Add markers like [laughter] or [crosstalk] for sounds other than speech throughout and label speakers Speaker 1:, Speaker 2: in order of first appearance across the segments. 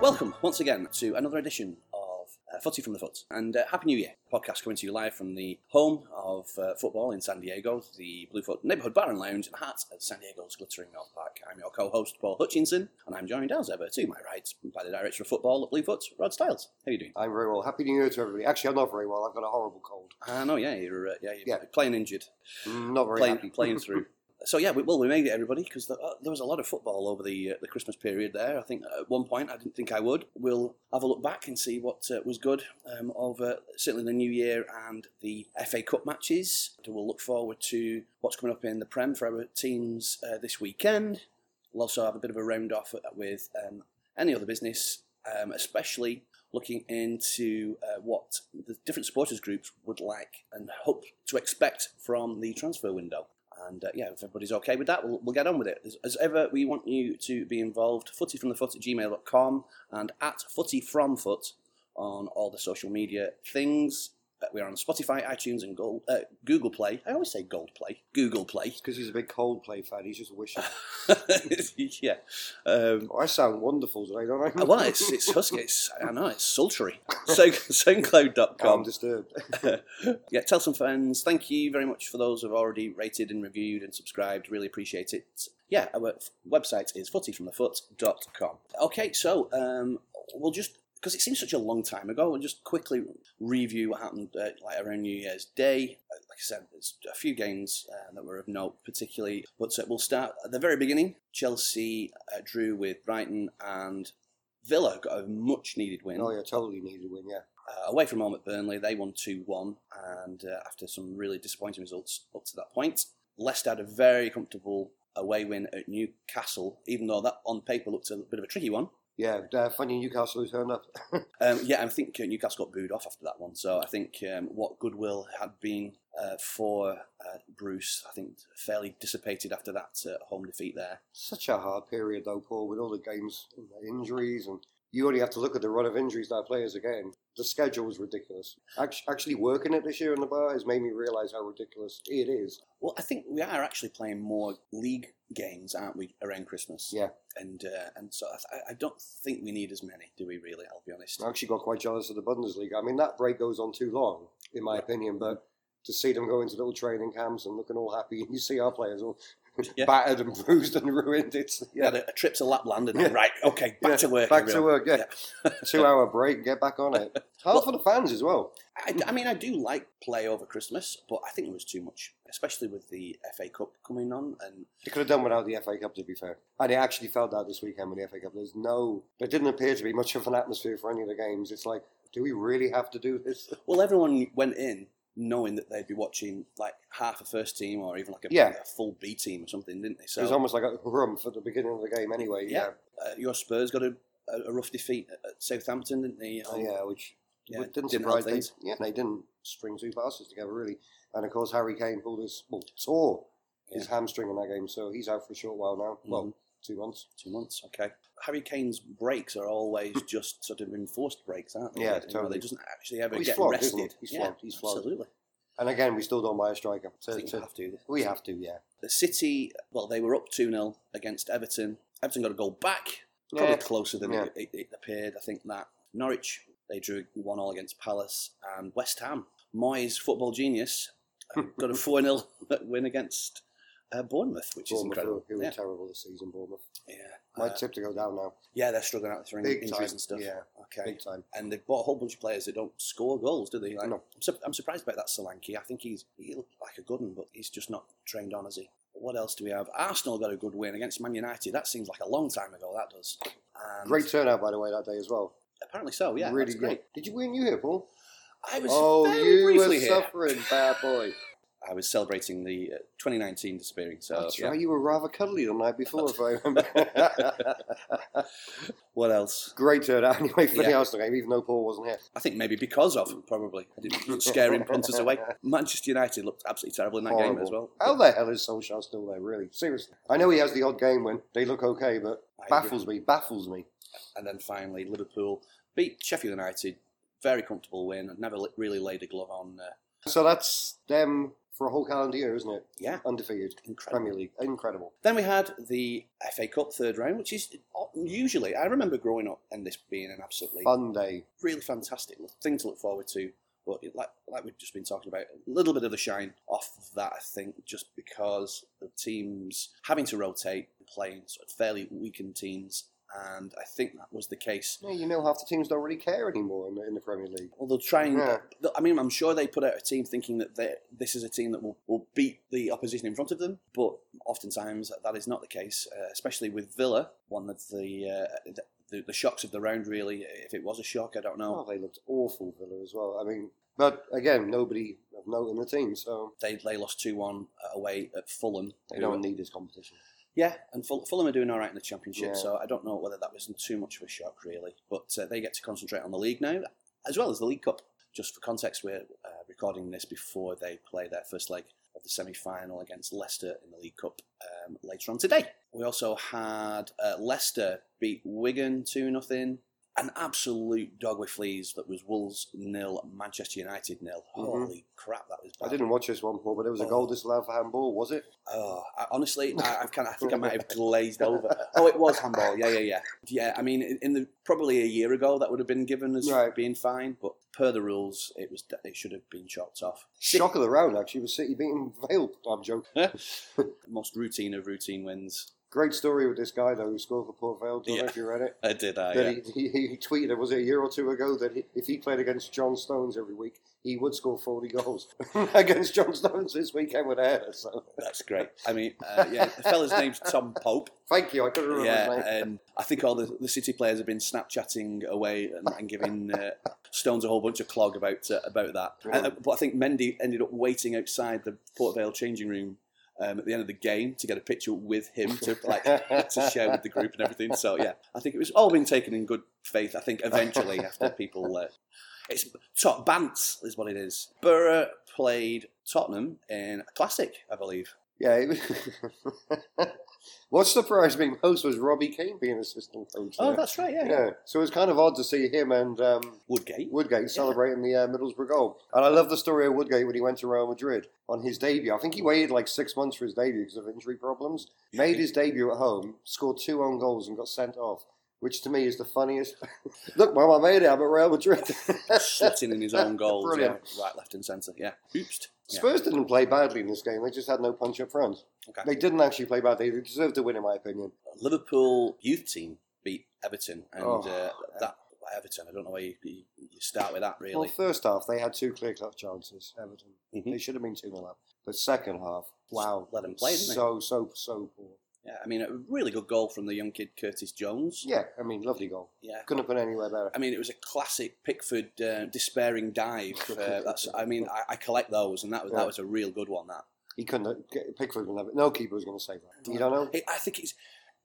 Speaker 1: Welcome once again to another edition of uh, Footy from the Foot and uh, Happy New Year podcast coming to you live from the home of uh, football in San Diego, the Bluefoot Neighborhood Bar and Lounge, and the heart of San Diego's glittering North Park. I'm your co host, Paul Hutchinson, and I'm joined as ever to my right by the Director of Football at Bluefoot, Rod Stiles. How are you doing?
Speaker 2: I'm very well. Happy New Year to everybody. Actually, I'm not very well. I've got a horrible cold.
Speaker 1: I know, yeah, you're, uh, yeah, you're
Speaker 2: Yeah.
Speaker 1: playing injured,
Speaker 2: Mm, Not very
Speaker 1: playing,
Speaker 2: happy.
Speaker 1: playing through. So yeah, we, well, we made it, everybody, because the, uh, there was a lot of football over the uh, the Christmas period. There, I think at one point I didn't think I would. We'll have a look back and see what uh, was good um, over certainly the New Year and the FA Cup matches. And We'll look forward to what's coming up in the Prem for our teams uh, this weekend. We'll also have a bit of a round off with um, any other business, um, especially looking into uh, what the different supporters groups would like and hope to expect from the transfer window. And uh, yeah, if everybody's okay with that, we'll, we'll get on with it. As, as ever, we want you to be involved. Footyfromthefoot at gmail.com and at footyfromfoot on all the social media things. Uh, we are on Spotify, iTunes, and Gold, uh, Google Play. I always say Gold Play, Google Play. [laughs]
Speaker 2: It's because he's a big Coldplay fan. He's just wishing.
Speaker 1: yeah. Um,
Speaker 2: oh, I sound wonderful today, don't I? [laughs]
Speaker 1: well, it's, it's husky. It's, I know, it's sultry. [laughs] So,
Speaker 2: I'm
Speaker 1: soundcloud.com.
Speaker 2: disturbed.
Speaker 1: yeah, tell some friends. Thank you very much for those who've already rated and reviewed and subscribed. Really appreciate it. Yeah, our f- website is footyfromthefoot.com. Okay, so um, we'll just because it seems such a long time ago, we'll just quickly review what happened uh, like around New Year's Day. Uh, Like I said, there's a few games uh, that were of note, particularly, but uh, we'll start at the very beginning. Chelsea uh, drew with Brighton and. Villa got a much needed win
Speaker 2: oh, yeah, totally needed a win, yeah.
Speaker 1: uh, away from home at Burnley. They won 2 1, and uh, after some really disappointing results up to that point, Leicester had a very comfortable away win at Newcastle, even though that on paper looked a bit of a tricky one.
Speaker 2: Yeah, uh, funny Newcastle who turned up. [laughs]
Speaker 1: Um, yeah, I think uh, Newcastle got booed off after that one. So I think um, what goodwill had been uh, for uh, Bruce, I think, fairly dissipated after that uh, home defeat there.
Speaker 2: Such a hard period, though, Paul, with all the games and the injuries. And you only have to look at the run of injuries that our players are getting. The schedule is ridiculous. Act- Actually, working it this year in the bar has made me realise how ridiculous it is.
Speaker 1: Well, I think we are actually playing more league games, aren't we, around Christmas?
Speaker 2: Yeah.
Speaker 1: And uh, and so I, th- I don't think we need as many, do we? Really, I'll be honest.
Speaker 2: I actually got quite jealous of the Bundesliga. I mean, that break goes on too long, in my opinion, but to see them go into little training camps and looking all happy, and you see our players all
Speaker 1: Yeah.
Speaker 2: [laughs] battered and bruised and ruined, it's
Speaker 1: Yeah,
Speaker 2: yeah,
Speaker 1: a, a trip to Lapland and then,
Speaker 2: Yeah.
Speaker 1: right, okay, back
Speaker 2: Yeah,
Speaker 1: to work.
Speaker 2: back to
Speaker 1: everyone.
Speaker 2: work, yeah. two hour break, get back on it. Hard for the fans as well.
Speaker 1: I, I mean, I do like play over Christmas, but I think it was too much, especially with the FA Cup coming on. And
Speaker 2: They could have done without the FA Cup, to be fair. And it actually felt that this weekend with the FA Cup. There's no, there didn't appear to be much of an atmosphere for any of the games. It's like, do we really have to do this?
Speaker 1: well, everyone went in knowing that they'd be watching like half a first team or even like a,
Speaker 2: Yeah.
Speaker 1: a full B team or something, didn't they?
Speaker 2: it was
Speaker 1: So
Speaker 2: almost like a rump at the beginning of the game, anyway.
Speaker 1: Yeah. uh, your Spurs got a, a- a rough defeat at at Southampton, didn't they? Um,
Speaker 2: yeah, Oh, yeah which
Speaker 1: Yeah,
Speaker 2: Well, it didn't
Speaker 1: didn't help
Speaker 2: surprise me.
Speaker 1: things.
Speaker 2: Yeah, they didn't string two passes together really. And of course, Harry Kane pulled his well tore his hamstring in that game, so he's out for a short while
Speaker 1: Mm-hmm.
Speaker 2: now. Well, two months.
Speaker 1: Two months, okay. Harry Kane's breaks are always just sort of enforced breaks, aren't they?
Speaker 2: Yeah,
Speaker 1: You know, They
Speaker 2: totally.
Speaker 1: doesn't actually ever
Speaker 2: Well, he's
Speaker 1: get
Speaker 2: flogged,
Speaker 1: rested.
Speaker 2: isn't he? He's
Speaker 1: yeah,
Speaker 2: flogged, he's flogged.
Speaker 1: Absolutely.
Speaker 2: And again, we still don't buy a striker.
Speaker 1: I
Speaker 2: So,
Speaker 1: think you have to.
Speaker 2: we have to, yeah.
Speaker 1: The City, well, they were up 2 0 against Everton. Everton got a goal back, probably
Speaker 2: Yeah,
Speaker 1: closer than
Speaker 2: Yeah.
Speaker 1: it, it, it appeared. I think that Norwich, they drew 1 all against Palace and West Ham. Moyes, football genius, uh,
Speaker 2: [laughs]
Speaker 1: got a 4 0 [laughs] win against uh, Bournemouth, which is
Speaker 2: Bournemouth, who
Speaker 1: incredible.
Speaker 2: who were
Speaker 1: Yeah.
Speaker 2: terrible this season, Bournemouth.
Speaker 1: Yeah.
Speaker 2: My
Speaker 1: Uh,
Speaker 2: tip to go down now.
Speaker 1: yeah, they're struggling out with
Speaker 2: Big
Speaker 1: injuries
Speaker 2: time.
Speaker 1: and stuff.
Speaker 2: Yeah,
Speaker 1: Okay.
Speaker 2: big time.
Speaker 1: and they've bought a whole bunch of players that don't score goals, do they? Like,
Speaker 2: No.
Speaker 1: I'm, sur- I'm surprised about that Solanke. I think he's he looked like a good one, but he's just not trained on, is he? What else do we have? Arsenal got a good win against Man United. That seems like a long time ago. That does. And
Speaker 2: Great turnout, by the way, that day as well.
Speaker 1: Apparently so. Yeah,
Speaker 2: really
Speaker 1: that's great.
Speaker 2: good. Did you win? You here, Paul?
Speaker 1: I was
Speaker 2: oh,
Speaker 1: very
Speaker 2: you were
Speaker 1: briefly here.
Speaker 2: suffering, bad
Speaker 1: [laughs]
Speaker 2: boy.
Speaker 1: I was celebrating the uh, 2019 disappearing. So
Speaker 2: That's
Speaker 1: yeah.
Speaker 2: right. You were rather cuddly the night before, if I
Speaker 1: [laughs]
Speaker 2: remember.
Speaker 1: what else?
Speaker 2: Great turnout [laughs] anyway for the
Speaker 1: Yeah.
Speaker 2: Arsenal game, even though Paul wasn't here.
Speaker 1: I think maybe because of probably I
Speaker 2: [laughs]
Speaker 1: didn't scaring punters away. Manchester United looked absolutely terrible in that game as well.
Speaker 2: Horrible. How the hell is Solskjaer still there, really? Seriously. I know he has the odd game when they look okay, but
Speaker 1: I agree.
Speaker 2: baffles me, baffles me.
Speaker 1: And then finally, Liverpool beat Sheffield United. Very comfortable win. I'd never li- really laid a glove on uh,
Speaker 2: So that's them for a whole calendar year, isn't it?
Speaker 1: Yeah,
Speaker 2: Undefeated.
Speaker 1: incredible.
Speaker 2: Premier League. Incredible.
Speaker 1: Then we had the FA Cup third round, which is usually I remember growing up and this being an absolutely
Speaker 2: Fun day.
Speaker 1: really fantastic thing to look forward to. But it, like like we've just been talking about, a little bit of the shine off of that, I think, just because the teams having to rotate, playing sort of fairly weakened teams, and I think that was the case.
Speaker 2: Yeah, you know, half the teams don't really care anymore in the, in the Premier League.
Speaker 1: Although trying,
Speaker 2: Yeah.
Speaker 1: I mean, I'm sure they put out a team thinking that they- this is a team that will, will beat the opposition in front of them, but oftentimes that is not the case, uh, especially with Villa, one of the, uh, the the shocks of the round. Really, if it was a shock, I don't know.
Speaker 2: Oh, they looked awful, Villa, as well. I mean, but again, nobody of note in the team, so
Speaker 1: They they lost two one away at Fulham.
Speaker 2: they don't need this competition.
Speaker 1: Yeah, and Ful- Fulham are doing all right in the Championship,
Speaker 2: Yeah.
Speaker 1: so I don't know whether that was too much of a shock, really. But uh, they get to concentrate on the league now, as well as the League Cup. Just for context, we're uh, recording this before they play their first leg of the semi final against Leicester in the League Cup um, later on today. We also had uh, Leicester beat Wigan 2 0. An absolute dog with fleas that was Wolves nil, Manchester United nil.
Speaker 2: Mhm.
Speaker 1: Holy crap, that was bad.
Speaker 2: I didn't watch this one, Paul, but it was a
Speaker 1: Oh.
Speaker 2: goal disallowed for handball, was it?
Speaker 1: Oh, I, honestly, I, I've kind of, I think I might
Speaker 2: [laughs]
Speaker 1: have glazed over. Oh, it was handball. Yeah, yeah, yeah, yeah. I mean, in, in the probably a year ago, that would have been given as
Speaker 2: Right.
Speaker 1: being fine, but per the rules, it was de- it should have been chopped off.
Speaker 2: Shock of the round, actually, was City beating Vale. [laughs] I'm joking.
Speaker 1: Most routine of routine wins.
Speaker 2: Great story with this guy, though, who scored for Port Vale. Don't know
Speaker 1: Yeah.
Speaker 2: if you read it.
Speaker 1: I uh, did, I. yeah.
Speaker 2: That he, he, he tweeted, was it a year or two ago, that he, if he played against John Stones every week, he would score 40 goals [laughs] against John Stones this weekend with a header. So
Speaker 1: That's great. I mean, uh, yeah, the fella's name's Tom Pope.
Speaker 2: thank you. I couldn't remember his name.
Speaker 1: Yeah, um, I think all the, the City players have been Snapchatting away and, and giving uh, Stones a whole bunch of clog about uh, about that. And, uh, but I think Mendy ended up waiting outside the Port Vale changing room um, at the end of the game to get a picture with him to [laughs] like
Speaker 2: [laughs]
Speaker 1: to share with the group and everything. So yeah, I think it was all been taken in good faith. I think [laughs] eventually after people. Uh, it's top Bants is what it is. Borough played Tottenham in a classic, I believe.
Speaker 2: Yeah. It was [laughs] what surprised me most was Robbie Keane being assistant coach.
Speaker 1: Oh,
Speaker 2: there.
Speaker 1: that's right. Yeah,
Speaker 2: yeah. So it was kind of odd to see him and um,
Speaker 1: Woodgate.
Speaker 2: Woodgate celebrating the uh, Middlesbrough goal. And I love the story of Woodgate when he went to Real Madrid on his debut. I think he waited like six months for his debut because of injury problems. Made his debut at home, scored two own goals, and got sent off, which to me is the funniest. [laughs] Look, Mum, I made it. I'm at Real Madrid.
Speaker 1: slitting in his own goals,
Speaker 2: Brilliant.
Speaker 1: yeah, right, left, and centre. Yeah, oopsed. Yeah.
Speaker 2: [laughs] Spurs didn't play badly in this game. They just had no punch up front.
Speaker 1: Okay.
Speaker 2: They didn't actually play badly. They deserved to win, in my opinion.
Speaker 1: Liverpool youth team beat Everton, and
Speaker 2: Oh.
Speaker 1: uh, that well, Everton. I don't know where you, you, you start with that
Speaker 2: Well,
Speaker 1: really.
Speaker 2: first half, they had two clear cut chances, Everton.
Speaker 1: Mhm.
Speaker 2: They should have been 2 0 up. But second half, wow.
Speaker 1: Let them play, didn't they?
Speaker 2: So, so, so poor.
Speaker 1: Yeah, I mean, a really good goal from the young kid Curtis Jones.
Speaker 2: Yeah, I mean, lovely goal.
Speaker 1: Yeah.
Speaker 2: Couldn't have been anywhere better.
Speaker 1: I mean, it was a classic Pickford uh, despairing
Speaker 2: [laughs]
Speaker 1: dive. Uh, that's, I mean, I, I collect those, and that was
Speaker 2: Yeah.
Speaker 1: that was a real good one. That
Speaker 2: He couldn't. Have, get- Pickford would have it. No keeper was going to save that. You don't know.
Speaker 1: It- I think it's.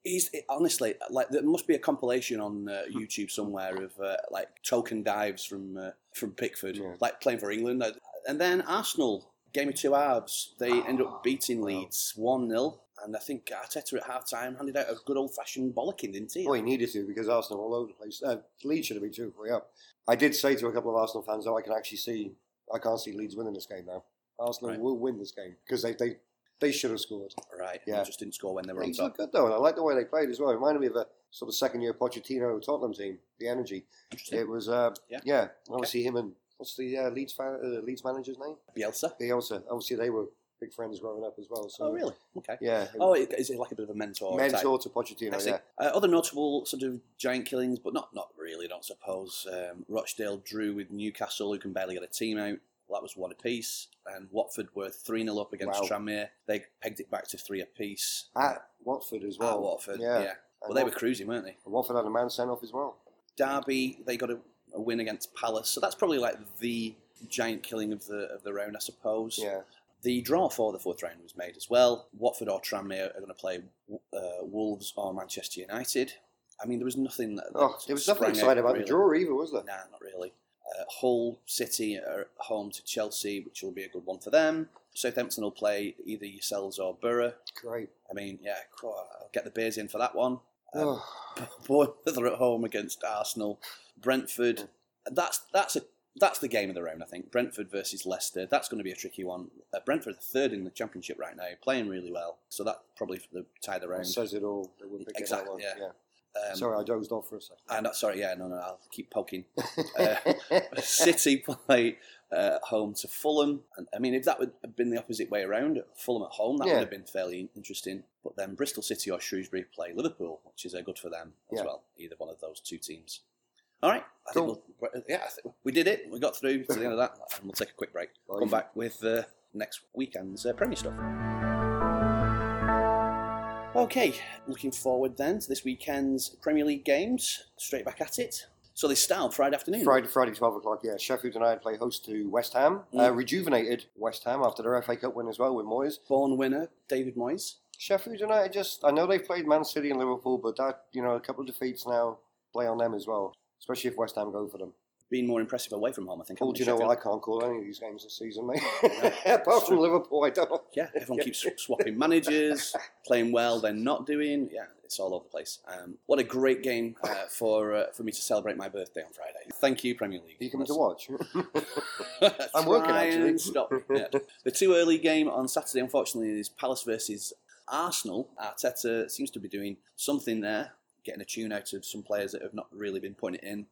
Speaker 1: He's, it- honestly, like there must be a compilation on
Speaker 2: Hmm.
Speaker 1: uh, YouTube somewhere of uh, like token dives from uh, from Pickford,
Speaker 2: Yeah.
Speaker 1: like playing for England, Uh, and then Arsenal game of two halves, they end
Speaker 2: Ah,
Speaker 1: up beating
Speaker 2: wow.
Speaker 1: Leeds one 0 and I think Arteta at half time handed out a good old fashioned bollocking, didn't he?
Speaker 2: Well, he needed to because Arsenal all over the place. Uh, Leeds should have been two three up. I did say to a couple of Arsenal fans, though, I can actually see. I can't see Leeds winning this game now. Arsenal
Speaker 1: Right.
Speaker 2: will win this game because they, they they should have scored.
Speaker 1: Right,
Speaker 2: Yeah.
Speaker 1: they just didn't score when they were on
Speaker 2: Leeds
Speaker 1: top.
Speaker 2: look good though, and I like the way they played as well. It reminded me of a sort of second year Pochettino Tottenham team. The energy.
Speaker 1: Interesting.
Speaker 2: It was. Uh,
Speaker 1: Yeah.
Speaker 2: yeah. Obviously, him and what's the uh, Leeds fan, uh, Leeds manager's name?
Speaker 1: Bielsa.
Speaker 2: Bielsa. Obviously, they were big friends growing up as well. So
Speaker 1: Oh, really? Okay.
Speaker 2: Yeah.
Speaker 1: Oh, it- is it like a bit of a mentor? type?
Speaker 2: mentor to Pochettino.
Speaker 1: I see.
Speaker 2: yeah.
Speaker 1: Uh, other notable sort of giant killings, but not not really. I don't suppose um, Rochdale drew with Newcastle, who can barely get a team out. That was one apiece, and Watford were three 0 up against
Speaker 2: Wow.
Speaker 1: Tranmere. They pegged it back to three apiece.
Speaker 2: At Watford as well.
Speaker 1: Ah, Watford, yeah.
Speaker 2: yeah.
Speaker 1: Well, they were cruising, weren't they?
Speaker 2: And Watford had a man sent off as well.
Speaker 1: Derby, they got a, a win against Palace, so that's probably like the giant killing of the of the round, I suppose.
Speaker 2: Yeah.
Speaker 1: The draw for the fourth round was made as well. Watford or Tranmere are going to play uh, Wolves or Manchester United. I mean, there was nothing. That,
Speaker 2: Oh,
Speaker 1: that
Speaker 2: there was nothing
Speaker 1: sprang out,
Speaker 2: exciting about
Speaker 1: really.
Speaker 2: the draw either, was there?
Speaker 1: Nah, not really. Uh, Hull City are at home to Chelsea, which will be a good one for them. Southampton will play either yourselves or Borough.
Speaker 2: Great.
Speaker 1: I mean, yeah, cool, I'll get the beers in for that one. Um,
Speaker 2: Oh,
Speaker 1: [laughs] Bournemouth are at home against Arsenal. Brentford. That's that's a that's the game of the round, I think. Brentford versus Leicester. That's going to be a tricky one. Uh, Brentford are third in the championship right now, playing really well. So that probably for the tie of the round.
Speaker 2: says it all. They were picking
Speaker 1: Exactly,
Speaker 2: that one.
Speaker 1: yeah.
Speaker 2: Yeah.
Speaker 1: Um,
Speaker 2: Sorry, I dozed off for a second.
Speaker 1: And uh, sorry, yeah, no, no, I'll keep poking. uh, City [laughs] play uh, home to Fulham, and I mean, if that would have been the opposite way around, Fulham at home, that
Speaker 2: Yeah.
Speaker 1: would have been fairly interesting. But then Bristol City or Shrewsbury play Liverpool, which is uh, good for them as
Speaker 2: Yeah.
Speaker 1: well. Either one of those two teams. All right, I think
Speaker 2: Cool.
Speaker 1: we'll, yeah, I think we did it. We got through to the end of that, [laughs] and we'll take a quick break.
Speaker 2: Right.
Speaker 1: Come back with uh, next weekend's uh, Premier stuff. Okay, looking forward then to this weekend's Premier League games. Straight back at it. So they start on Friday afternoon.
Speaker 2: [laughs] Friday, Friday, twelve o'clock. Yeah, Sheffield United play host to West Ham. Uh,
Speaker 1: Mm.
Speaker 2: rejuvenated West Ham after their FA Cup win as well with Moyes.
Speaker 1: Born winner David Moyes.
Speaker 2: Sheffield United just I know they've played Man City and Liverpool, but that you know, a couple of defeats now play on them as well. Especially if West Ham go for them.
Speaker 1: Being more impressive away from home, I think.
Speaker 2: Oh,
Speaker 1: haven't
Speaker 2: do you
Speaker 1: they,
Speaker 2: know what?
Speaker 1: Sheffield?
Speaker 2: I can't call any of these games this season, mate. [laughs] Apart from Liverpool, I don't.
Speaker 1: Yeah, everyone keeps swapping
Speaker 2: [laughs]
Speaker 1: managers, playing well, then not doing. Yeah, it's all over the place. Um, what a great game uh, for uh, for me to celebrate my birthday on Friday. Thank you, Premier League.
Speaker 2: Are you coming to
Speaker 1: That's-
Speaker 2: watch?
Speaker 1: [laughs]
Speaker 2: [laughs]
Speaker 1: I'm
Speaker 2: working, actually.
Speaker 1: Stop. Yeah. The too early game on Saturday, unfortunately, is Palace versus Arsenal. Arteta seems to be doing something there, getting a tune out of some players that have not really been putting it in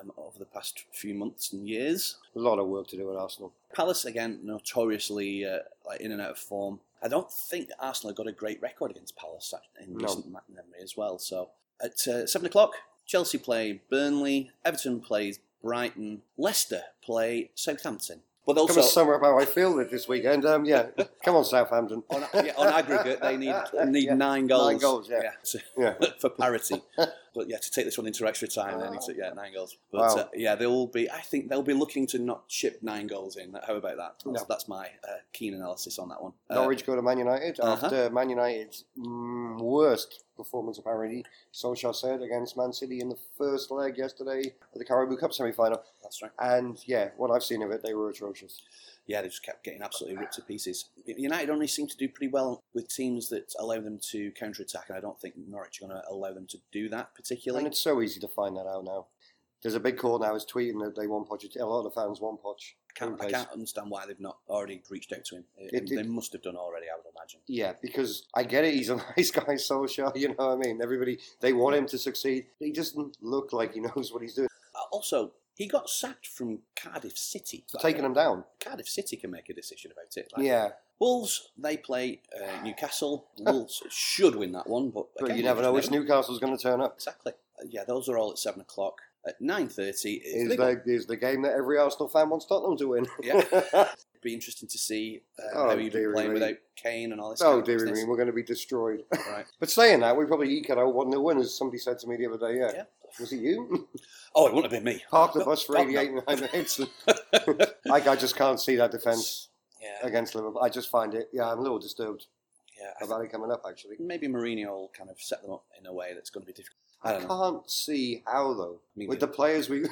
Speaker 1: um, over the past few months and years.
Speaker 2: a lot of work to do at Arsenal.
Speaker 1: Palace again, notoriously uh, like in and out of form. I don't think that Arsenal got a great record against Palace act- in
Speaker 2: No.
Speaker 1: recent ma- memory as well. So at uh, seven o'clock, Chelsea play Burnley, Everton plays Brighton, Leicester play Southampton. But
Speaker 2: Come and
Speaker 1: also
Speaker 2: sum up how I feel that this weekend.
Speaker 1: [laughs]
Speaker 2: Um, yeah, come on, Southampton.
Speaker 1: on, yeah, on aggregate, they
Speaker 2: [laughs]
Speaker 1: need need
Speaker 2: Yeah.
Speaker 1: nine goals.
Speaker 2: goals, yeah.
Speaker 1: to-
Speaker 2: Yeah.
Speaker 1: [laughs] for parity. But yeah, to take this one into extra time, they need to yeah nine goals. But
Speaker 2: Wow.
Speaker 1: uh, yeah, they'll be. I think they'll be looking to not chip nine goals in. How about that? That's,
Speaker 2: No.
Speaker 1: that's my uh, keen analysis on that one. Uh,
Speaker 2: Norwich go to Man United
Speaker 1: uh-huh.
Speaker 2: after Man United's mm, worst performance, apparently, Solskjaer said, against Man City in the first leg yesterday of the Caribou Cup semi final.
Speaker 1: that's right.
Speaker 2: And yeah, what I've seen of it, they were atrocious.
Speaker 1: Yeah, they just kept getting absolutely ripped to pieces. United only seem to do pretty well with teams that allow them to counter attack, and I don't think Norwich are going to allow them to do that particularly.
Speaker 2: And it's so easy to find that out now. There's a big call now, is tweeting that they want Pochettino. A lot of the fans want Poch.
Speaker 1: I can't, I
Speaker 2: Pace.
Speaker 1: can't understand why they've not already reached out to him.
Speaker 2: It- it-
Speaker 1: they must have done already, I would imagine.
Speaker 2: Yeah, because I get it. He's a [laughs] nice guy, Solskjaer. You know what I mean? Everybody, they want him to succeed. He doesn't look like he [laughs] knows what he's doing.
Speaker 1: Uh, Also, he got sacked from Cardiff City.
Speaker 2: So taking him down.
Speaker 1: Cardiff City can make a decision about it. Like,
Speaker 2: Yeah,
Speaker 1: Wolves, they play uh, Newcastle. Wolves should win that one, but,
Speaker 2: but
Speaker 1: again,
Speaker 2: you never
Speaker 1: just
Speaker 2: know which Newcastle's going to turn up.
Speaker 1: Exactly. Uh, yeah, those are all at seven o'clock. At nine thirty,
Speaker 2: Is
Speaker 1: it'll
Speaker 2: the, is the game that every Arsenal fan wants Tottenham to win. [laughs]
Speaker 1: be interesting to see uh,
Speaker 2: Oh,
Speaker 1: how you've been
Speaker 2: dearie
Speaker 1: playing
Speaker 2: me.
Speaker 1: without Kane and all this. kind
Speaker 2: oh,
Speaker 1: of
Speaker 2: dear
Speaker 1: business.
Speaker 2: me, we're going to be destroyed.
Speaker 1: Right.
Speaker 2: [laughs] But saying that, we probably eke out 1 0 winners, somebody said to me the other day. Yeah.
Speaker 1: Yeah.
Speaker 2: Was it you? [laughs]
Speaker 1: Oh, it wouldn't have been me.
Speaker 2: Park the bus for
Speaker 1: Oh, no.
Speaker 2: 88 and 9 [laughs] minutes. Like, I just can't see that defence
Speaker 1: yeah,
Speaker 2: against Liverpool. I just find it, yeah, I'm a little disturbed
Speaker 1: yeah. I
Speaker 2: about it coming up, actually.
Speaker 1: think maybe Mourinho will kind of set them up in a way that's going to be difficult. [laughs] I
Speaker 2: I,
Speaker 1: don't know.
Speaker 2: can't see how, though.
Speaker 1: Me
Speaker 2: With
Speaker 1: neither.
Speaker 2: the players
Speaker 1: [laughs]
Speaker 2: we.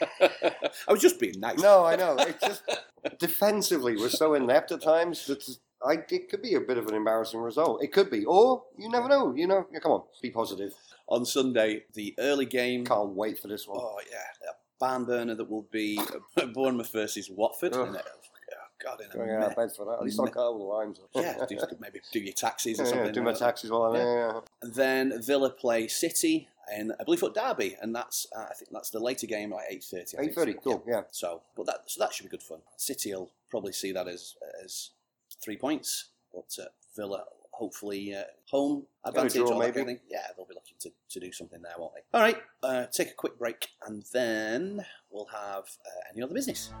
Speaker 1: I was just being nice.
Speaker 2: No, I know. It's just [laughs] defensively, we're so inept at times that I, it could be a bit of an embarrassing result. It could be, or you never know. You know, yeah, come on, be positive.
Speaker 1: On Sunday, the early game.
Speaker 2: Can't wait for this one.
Speaker 1: Oh yeah, a barn burner that will be uh, [laughs] Bournemouth versus Watford.
Speaker 2: Ugh.
Speaker 1: In a, oh, God, in a
Speaker 2: Going out
Speaker 1: mess.
Speaker 2: of bed for that. At least I'll cut all the lines.
Speaker 1: yeah, do, maybe do your taxis or
Speaker 2: [laughs] Yeah,
Speaker 1: something.
Speaker 2: do my taxes while I'm
Speaker 1: Yeah.
Speaker 2: there.
Speaker 1: Then Villa play City in a Bluefoot derby, and that's uh, I think that's the later game, like eight thirty.
Speaker 2: Eight thirty. Cool. Yeah.
Speaker 1: So, but that so that should be good fun. City will probably see that as as three points, but uh, Villa hopefully uh, home advantage.
Speaker 2: draw,
Speaker 1: or that
Speaker 2: maybe.
Speaker 1: kind of thing. Yeah, they'll be looking to, to do something there, won't they? All right, uh, take a quick break, and then we'll have uh, any other business.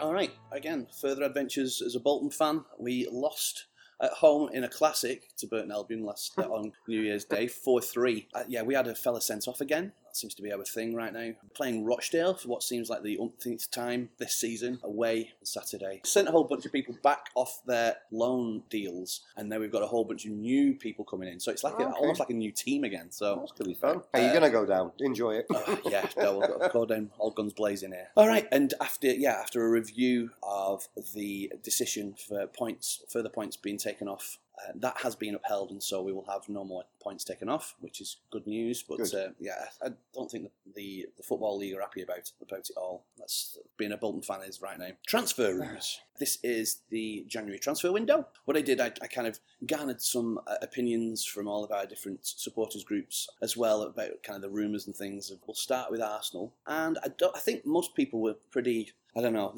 Speaker 1: All right, again, further adventures as a Bolton fan. We lost at home in a classic to Burton Albion last
Speaker 2: [laughs]
Speaker 1: uh, on New Year's Day, four three. Uh, yeah, we had a fella sent off again. That seems to be our thing right now. Playing Rochdale for what seems like the umpteenth time this season away on Saturday. Sent a whole bunch of people back off their loan deals, and now we've got a whole bunch of new people coming in. So it's like a,
Speaker 2: Okay.
Speaker 1: almost like a new team again. So
Speaker 2: That's gonna be fun. Hey, you're gonna go down. Enjoy
Speaker 1: [laughs]
Speaker 2: it.
Speaker 1: uh, yeah, no, we'll go, go down all guns blazing here. All right, and after yeah, after a review of the decision for points, further points being taken off Uh, that has been upheld, and so we will have no more points taken off, which is good news. But
Speaker 2: Good.
Speaker 1: Uh, yeah, I don't think the, the the football league are happy about about it all. That's being a Bolton fan is right now. Transfer [sighs] rumours. This is the January transfer window. What I did, I, I kind of garnered some uh, opinions from all of our different supporters groups as well about kind of the rumours and things. We'll start with Arsenal, and I don't. I think most people were pretty. I don't know.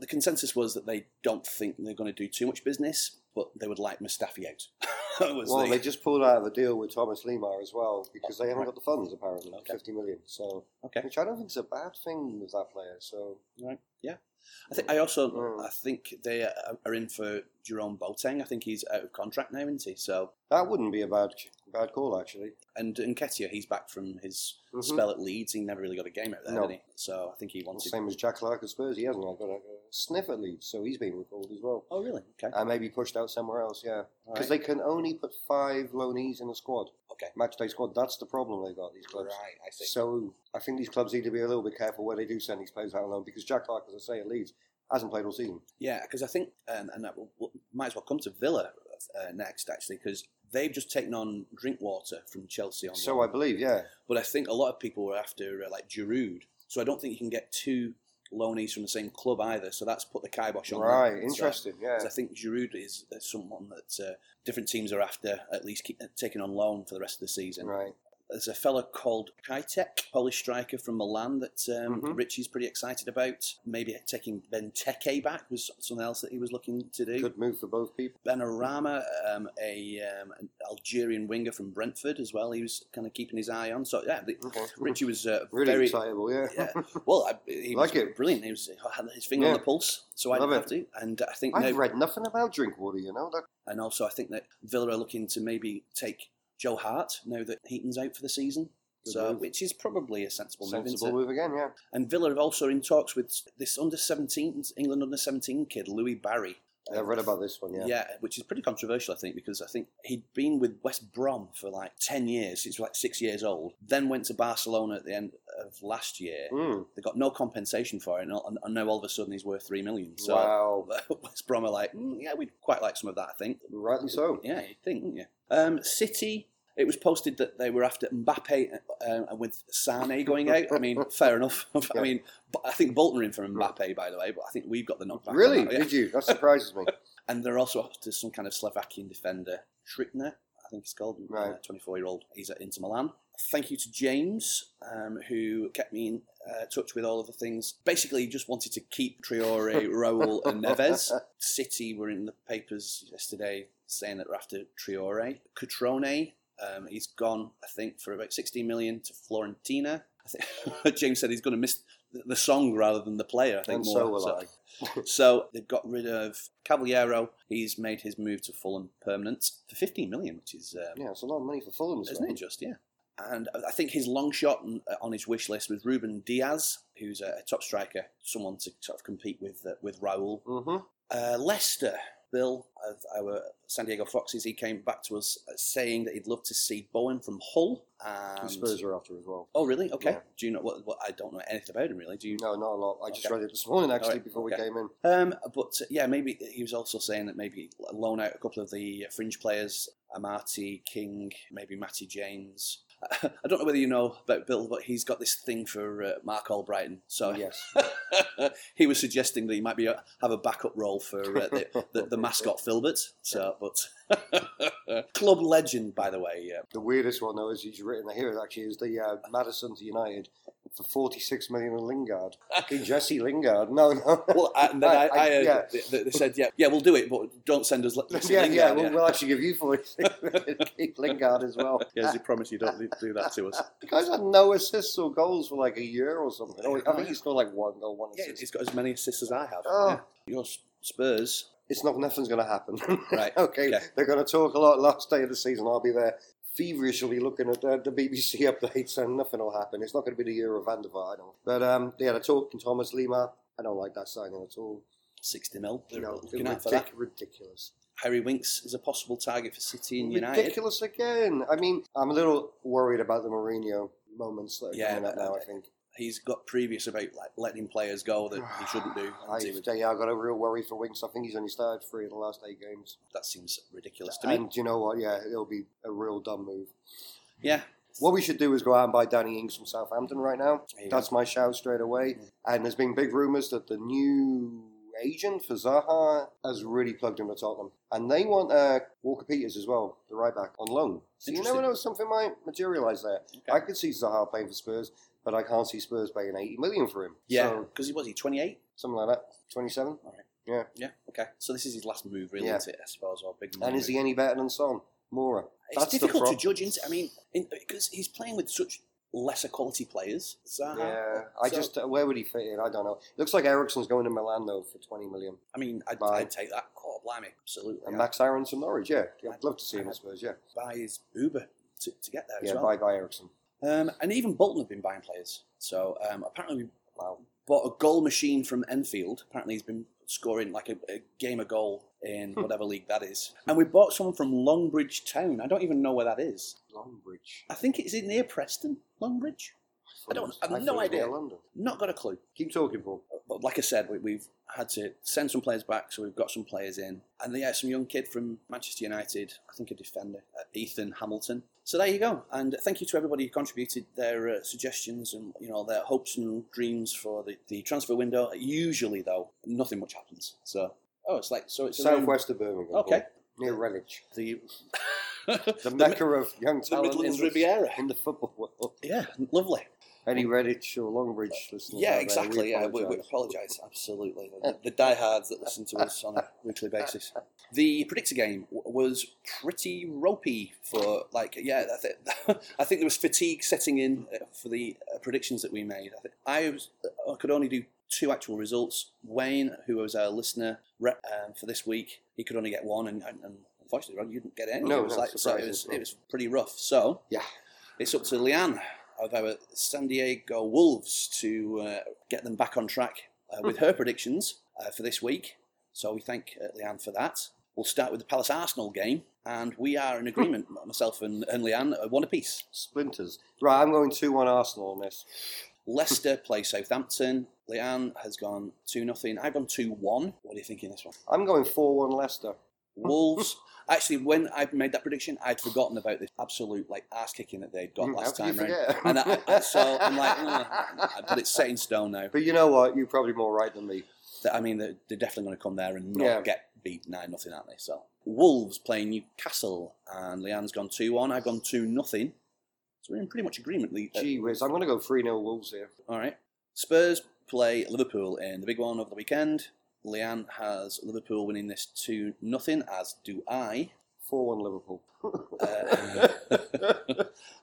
Speaker 1: The consensus was that they don't think they're going to do too much business, but they would like Mustafi out. [laughs] Was
Speaker 2: Well,
Speaker 1: the-
Speaker 2: they just pulled out of a deal with Thomas Lemar as well because they haven't
Speaker 1: Right.
Speaker 2: got the funds apparently,
Speaker 1: Okay.
Speaker 2: fifty million. So,
Speaker 1: Okay.
Speaker 2: which I don't think is a bad thing with that player. So,
Speaker 1: Right. Yeah. I think I also
Speaker 2: Mm.
Speaker 1: I think they are- are in for Jerome Boateng. I think he's out of contract now, isn't he? So
Speaker 2: that wouldn't be a bad bad call actually.
Speaker 1: and Nketiah, he's back from his
Speaker 2: Mhm.
Speaker 1: spell at Leeds. He never really got a game out there,
Speaker 2: No.
Speaker 1: did he? So I think he
Speaker 2: The
Speaker 1: wanted.
Speaker 2: same as Jack Clark at Spurs, he hasn't got a sniff at Leeds, so he's been recalled as well.
Speaker 1: Oh really? Okay.
Speaker 2: And maybe pushed out somewhere else, yeah.
Speaker 1: All
Speaker 2: Because
Speaker 1: right.
Speaker 2: they can only put five loanees in a squad.
Speaker 1: Okay.
Speaker 2: Match day squad. That's the problem they've got, these clubs.
Speaker 1: Right, I see.
Speaker 2: So I think these clubs need to be a little bit careful where they do send these players out alone because Jack Clark, as I say, at Leeds, hasn't played all season.
Speaker 1: Yeah, because I think um, and that will, will- might as well come to Villa uh, next actually because they've just taken on Drinkwater from Chelsea on.
Speaker 2: So
Speaker 1: loan.
Speaker 2: I believe, yeah.
Speaker 1: But I think a lot of people were after uh, like Giroud. So I don't think you can get two loanees from the same club either. So that's put the kibosh on. that.
Speaker 2: Right,
Speaker 1: So-
Speaker 2: interesting, yeah.
Speaker 1: 'cause I think Giroud is uh, someone that uh, different teams are after, at least keep, uh, taking on loan for the rest of the season.
Speaker 2: Right.
Speaker 1: There's a fella called Kajtek, Polish striker from Milan, that um,
Speaker 2: Mhm.
Speaker 1: Richie's pretty excited about. Maybe taking Benteke back was something else that he was looking to do.
Speaker 2: Good move for both people.
Speaker 1: Benarama, um, a um, an Algerian winger from Brentford as well. He was kind of keeping his eye on. So yeah, the,
Speaker 2: Okay.
Speaker 1: Richie was uh,
Speaker 2: Mm-hmm. really
Speaker 1: very
Speaker 2: excitable, yeah.
Speaker 1: [laughs]
Speaker 2: [laughs]
Speaker 1: yeah. Well, I, he
Speaker 2: Like
Speaker 1: was
Speaker 2: it.
Speaker 1: brilliant. He was uh, had his finger on
Speaker 2: Yeah.
Speaker 1: the pulse, so I
Speaker 2: Love
Speaker 1: didn't have to. And I think
Speaker 2: I've
Speaker 1: now,
Speaker 2: read nothing about Drinkwater, you know. That,
Speaker 1: and also I think that Villa are looking to maybe take Joe Hart now that Heaton's out for the season.
Speaker 2: Good
Speaker 1: so,
Speaker 2: move.
Speaker 1: which is probably a sensible, move.
Speaker 2: Mm-hmm. sensible
Speaker 1: isn't it?
Speaker 2: move again, yeah.
Speaker 1: And Villa are also in talks with this under 17s England under 17 kid Louis Barry.
Speaker 2: I've read about this one, yeah.
Speaker 1: Yeah. which is pretty controversial, I think, because I think he'd been with West Brom for like 10 years. He was like six years old. Then went to Barcelona at the end of last year.
Speaker 2: Mm.
Speaker 1: They got no compensation for it, and, all- and now all of a sudden he's worth three million. So
Speaker 2: wow.
Speaker 1: [laughs] West Brom are like, mm, yeah, we'd quite like some of that, I think.
Speaker 2: Rightly so.
Speaker 1: Yeah, you'd think, wouldn't you? Um, City, it was posted that they were after Mbappe uh, uh, with Sane going out. I mean, fair enough. [laughs] I
Speaker 2: Yeah.
Speaker 1: mean, but I think Bolton are in for Mbappe, by the way, but I think we've got the knockback. on
Speaker 2: Really?
Speaker 1: that, yeah.
Speaker 2: Did you? That surprises
Speaker 1: [laughs]
Speaker 2: me.
Speaker 1: And they're also after some kind of Slovakian defender, Tripner, I think he's called,
Speaker 2: Right.
Speaker 1: 24 year old. He's at Inter Milan. Thank you to James, um, who kept me in uh, touch with all of the things. Basically, he just wanted to keep
Speaker 2: [laughs]
Speaker 1: Triore, Raul, and Neves. City were in the papers yesterday saying that they're after Triore. Cutrone, um, he's gone, I think, for about 16 million to Florentina. I think [laughs] James said he's going to miss the- the song rather than the player. I think
Speaker 2: And
Speaker 1: more.
Speaker 2: so will
Speaker 1: So-
Speaker 2: I.
Speaker 1: so they've got rid of Cavallero. He's made his move to Fulham permanent for 15 million, which is, um,
Speaker 2: Yeah, it's a lot of money for Fulham, as
Speaker 1: isn't
Speaker 2: well.
Speaker 1: it just? Yeah. And I think his long shot on- on his wish list was Ruben Diaz, who's a top striker, someone to sort of compete with uh, with Raul.
Speaker 2: Mm-hmm.
Speaker 1: Uh, Leicester, Bill of our San Diego Foxes, he came back to us uh, saying that he'd love to see Bowen from Hull. And
Speaker 2: Spurs are after as well.
Speaker 1: Oh, really? Okay.
Speaker 2: Yeah.
Speaker 1: Do you know what, what? I don't know anything about him really. Do you?
Speaker 2: No, not a lot. I just
Speaker 1: Okay.
Speaker 2: read it this morning, actually,
Speaker 1: Alright,
Speaker 2: before
Speaker 1: okay.
Speaker 2: we came in.
Speaker 1: Um, but uh, yeah, maybe he was also saying that maybe loan out a couple of the fringe players, Amati, King, maybe Matty James. [laughs] I don't know whether you know about Bill, but he's got this thing for uh, Mark Albrighton. So
Speaker 2: yes.
Speaker 1: [laughs] he was suggesting that he might be a, have a backup role for uh, the, the, the mascot Filbert. So, but [laughs] club legend, by the way, yeah.
Speaker 2: The weirdest one, though, is he's written here, actually, is the uh, Madison to United for 46 million
Speaker 1: [laughs]
Speaker 2: in Lingard. Fucking Jesse Lingard. No, no.
Speaker 1: Well, I- and then I,
Speaker 2: [laughs] I-
Speaker 1: I, heard
Speaker 2: yeah.
Speaker 1: that they, said, yeah, yeah, we'll do it, but don't send
Speaker 2: [laughs]
Speaker 1: us. le-
Speaker 2: yeah,
Speaker 1: Lingard,
Speaker 2: yeah, we'll, we'll actually give you 46 million. [laughs] Keep Lingard as well.
Speaker 1: Yes, you promise you don't do that to
Speaker 2: [laughs]
Speaker 1: us.
Speaker 2: The guy's had no assists or goals for like a year or something. Oh, I think he's got like one goal, one
Speaker 1: Yeah,
Speaker 2: assist.
Speaker 1: he's got as many assists as I have.
Speaker 2: Oh.
Speaker 1: Yeah. Your S- Spurs.
Speaker 2: it's not nothing's going to happen. [laughs]
Speaker 1: Right,
Speaker 2: okay.
Speaker 1: okay.
Speaker 2: They're going to talk a lot last day of the season. I'll be there feverishly looking at the, the BBC [laughs] updates, and nothing will happen. It's not going to be the year of Van der Vaart, I know. But um, yeah, they're talking Thomas Lima. I don't like that signing at all.
Speaker 1: 60 mil. They're
Speaker 2: No,
Speaker 1: looking out for
Speaker 2: ridic-
Speaker 1: that.
Speaker 2: ridiculous.
Speaker 1: Harry Winks is a possible target for City and United.
Speaker 2: Ridiculous again. I mean, I'm a little worried about the Mourinho moments that are
Speaker 1: Yeah,
Speaker 2: coming up
Speaker 1: but-
Speaker 2: now. I think
Speaker 1: he's got previous about like letting players go that
Speaker 2: [sighs]
Speaker 1: he shouldn't do.
Speaker 2: I,
Speaker 1: And he would-
Speaker 2: tell you, I got a real worry for Winks. I think he's only started three of the last eight games.
Speaker 1: that seems ridiculous to me.
Speaker 2: And do you know what? Yeah, it'll be a real dumb move.
Speaker 1: yeah,
Speaker 2: What we should do is go out and buy Danny Ings from Southampton right now.
Speaker 1: There you
Speaker 2: That's my shout straight away. And there's been big rumours that the new agent for Zaha has really plugged him to Tottenham. And they want uh, Walker Peters as well, the right back, on loan. So you never
Speaker 1: Interesting.
Speaker 2: know, something might materialise there.
Speaker 1: Okay.
Speaker 2: I could see Zaha playing for Spurs, but I can't see Spurs paying 80 million for him.
Speaker 1: yeah,
Speaker 2: So,
Speaker 1: because he was he twenty eight.
Speaker 2: something like that. 27?
Speaker 1: Yeah, okay. So this is his last move, really,
Speaker 2: Yeah.
Speaker 1: isn't it? I suppose, or big.
Speaker 2: And
Speaker 1: move.
Speaker 2: is he any better than Son? Mora.
Speaker 1: It's
Speaker 2: That's the
Speaker 1: difficult to
Speaker 2: prob-
Speaker 1: judge, isn't it? I mean, in, because he's playing with such lesser quality players. Zaha.
Speaker 2: Yeah, I
Speaker 1: Uh-huh. So-
Speaker 2: just uh, where would he fit in? I don't know. Looks like Ericsson's going to Milan though for twenty million,
Speaker 1: I mean, I'd,
Speaker 2: Bye.
Speaker 1: I'd take that. Oh, blimey, absolutely.
Speaker 2: and
Speaker 1: I'd
Speaker 2: Max Aaron's from Norwich. Yeah, yeah, I'd love to see him
Speaker 1: I-
Speaker 2: at Spurs. Yeah,
Speaker 1: buy his Uber to, to get there
Speaker 2: yeah,
Speaker 1: as well.
Speaker 2: bye bye Ericsson.
Speaker 1: Um, and even Bolton have been buying players. So um, apparently we
Speaker 2: Wow,
Speaker 1: bought a goal machine from Enfield. Apparently he's been scoring like a, a game a goal in whatever league that is. And we bought someone from Longbridge Town. I don't even know where that is.
Speaker 2: Longbridge.
Speaker 1: I think it's in near Preston, Longbridge. I don't- I've no idea.
Speaker 2: London.
Speaker 1: Not got a clue.
Speaker 2: Keep talking, Paul.
Speaker 1: But like I said, we, we've had to send some players back, so we've got some players in. And yeah, some young kid from Manchester United, I think a defender, uh, Ethan Hamilton. So there you go. And thank you to everybody who contributed their uh, suggestions and you know their hopes and dreams for the, the transfer window. Usually, though, nothing much happens. So oh, it's like so it's around
Speaker 2: Southwest of Birmingham. Paul,
Speaker 1: Okay.
Speaker 2: near Redditch,
Speaker 1: the
Speaker 2: the
Speaker 1: Mi-
Speaker 2: mecca of young
Speaker 1: the
Speaker 2: talent in
Speaker 1: Midlands
Speaker 2: the,
Speaker 1: Riviera.
Speaker 2: in the football world.
Speaker 1: [laughs] Yeah, lovely.
Speaker 2: Any Redditch or Longbridge listeners? out
Speaker 1: Yeah,
Speaker 2: there,
Speaker 1: exactly.
Speaker 2: We
Speaker 1: yeah, we, we
Speaker 2: apologise.
Speaker 1: apologise. Absolutely, the, the diehards that listen to us on a weekly basis. The predictor game w- was pretty ropey for like yeah. I, th- [laughs] I think there was fatigue setting in uh, for the uh, predictions that we made. I, think I was I could only do two actual results. Wayne, who was our listener rep um, for this week, he could only get one, and, and, and unfortunately, Ron, you didn't get any.
Speaker 2: No,
Speaker 1: it was
Speaker 2: no,
Speaker 1: like, so it
Speaker 2: surprises,
Speaker 1: was
Speaker 2: no.
Speaker 1: it was pretty rough. So
Speaker 2: Yeah.
Speaker 1: it's up to Leanne of our San Diego Wolves to uh, get them back on track uh,
Speaker 2: Hmm.
Speaker 1: with her predictions uh, for this week. So we thank uh, Leanne for that. We'll start with the Palace Arsenal game, and we are in agreement, [laughs] m- myself and, and Leanne, uh, one apiece.
Speaker 2: Splinters. Right, I'm going two one Arsenal on this.
Speaker 1: Leicester play Southampton. Leanne has gone 2 nothing. I've gone 2 1. What do you think in this one?
Speaker 2: I'm going four one Leicester. Hmm.
Speaker 1: Wolves. Actually, when I made that prediction, I'd forgotten about this absolute like ass kicking that they'd got
Speaker 2: Hmm, Mm, How
Speaker 1: last
Speaker 2: could you
Speaker 1: time round.
Speaker 2: forget?
Speaker 1: And I, I,
Speaker 2: [laughs]
Speaker 1: so I'm like, "Ugh." but it's set in stone now.
Speaker 2: But you know what? You're probably more right than me.
Speaker 1: that- I mean, they're, they're definitely going to come there and not
Speaker 2: Yeah.
Speaker 1: get beat nine nothing, aren't they? So Wolves playing Newcastle, and Leanne's gone two one. I've gone two nothing. So we're in pretty much agreement. Lee. Uh,
Speaker 2: Gee whiz, I'm going to go 3 0 Wolves here.
Speaker 1: all right. Spurs play Liverpool in the big one over the weekend. Leanne has Liverpool winning this two nothing, as do I.
Speaker 2: 4 1 Liverpool. [laughs]
Speaker 1: Uh, [laughs]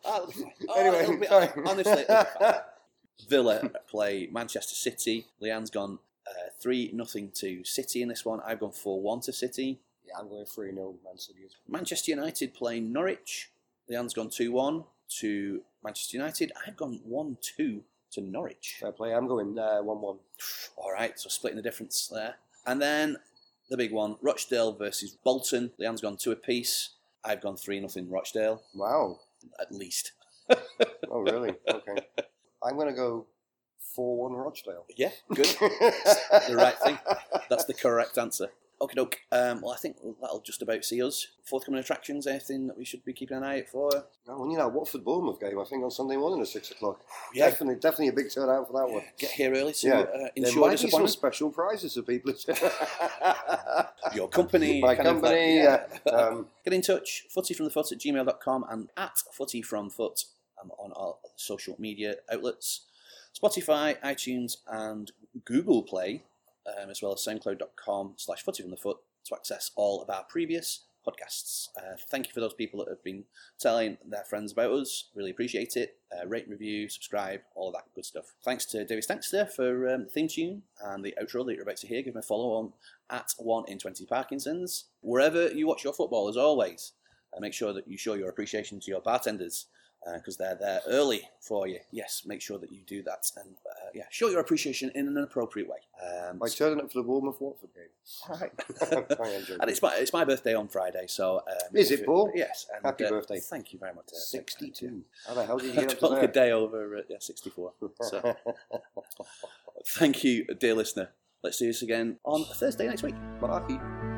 Speaker 1: oh,
Speaker 2: Anyway,
Speaker 1: it'll be-
Speaker 2: sorry.
Speaker 1: honestly, it'll be fine. Villa play Manchester City. Leanne's gone uh, three nothing to City in this one. I've gone four one to City.
Speaker 2: yeah, I'm going 3 0 Man City. as
Speaker 1: Manchester United playing Norwich. Leanne's gone 2 1 to Manchester United. I've gone 1 2 to Norwich.
Speaker 2: well. Fair play. I'm going 1 1.
Speaker 1: [sighs] All right, so splitting the difference there. And then the big one Rochdale versus Bolton. Leanne's gone 2 apiece. I've gone 3 0 Rochdale,
Speaker 2: Wow.
Speaker 1: at least.
Speaker 2: Oh, really? Okay. I'm going to go 4 1
Speaker 1: [laughs]
Speaker 2: Rochdale.
Speaker 1: Yeah, good. the
Speaker 2: [laughs]
Speaker 1: right thing. That's the correct answer. Okay, doke. Um, well, I think that'll just about see us. Forthcoming attractions, anything that we should be keeping an eye out for?
Speaker 2: No, when you know, Watford Bournemouth game, I think on Sunday morning at 6 o'clock.
Speaker 1: Yeah,
Speaker 2: Definitely, definitely a big turnout for that one.
Speaker 1: get here early to
Speaker 2: Yeah.
Speaker 1: uh,
Speaker 2: There
Speaker 1: ensure
Speaker 2: might be some
Speaker 1: disappointment.
Speaker 2: special prizes for people. [laughs]
Speaker 1: Your company,
Speaker 2: My
Speaker 1: kind of like-
Speaker 2: company.
Speaker 1: yeah.
Speaker 2: uh, um,
Speaker 1: Get in touch, footyfromthefoot at gmail.com and at footyfromfoot um, on our social media outlets Spotify, iTunes, and Google Play, um, as well as soundcloud.com slash footyfromthefoot to access all of our previous podcasts. Uh, thank you for those people that have been telling their friends about us. Really appreciate it. Uh, rate, review, subscribe, all that good stuff. Thanks to David Stankster for um, the theme tune and the outro that you're about to hear. Give him a follow on at 1 in 20 Parkinson's. Wherever you watch your football, as always, uh, make sure that you show your appreciation to your bartenders because they're there early for you. Yes, make sure that you do that and uh, yeah, show your appreciation in an appropriate way. Um,
Speaker 2: By turning up for the Bournemouth Watford game. [laughs] I am joking.
Speaker 1: [laughs] and it's my it's my birthday on Friday, so um,
Speaker 2: Is
Speaker 1: if
Speaker 2: it, Paul?
Speaker 1: Yes, and,
Speaker 2: Happy birthday.
Speaker 1: Thank you very much. uh, thank you.
Speaker 2: 62. How the hell
Speaker 1: [laughs]
Speaker 2: did you
Speaker 1: I
Speaker 2: get
Speaker 1: took a
Speaker 2: up to
Speaker 1: day over at yeah, 64.
Speaker 2: [laughs]
Speaker 1: So,
Speaker 2: that?
Speaker 1: thank you, dear listener. Let's do this again on Thursday next week.
Speaker 2: Bye.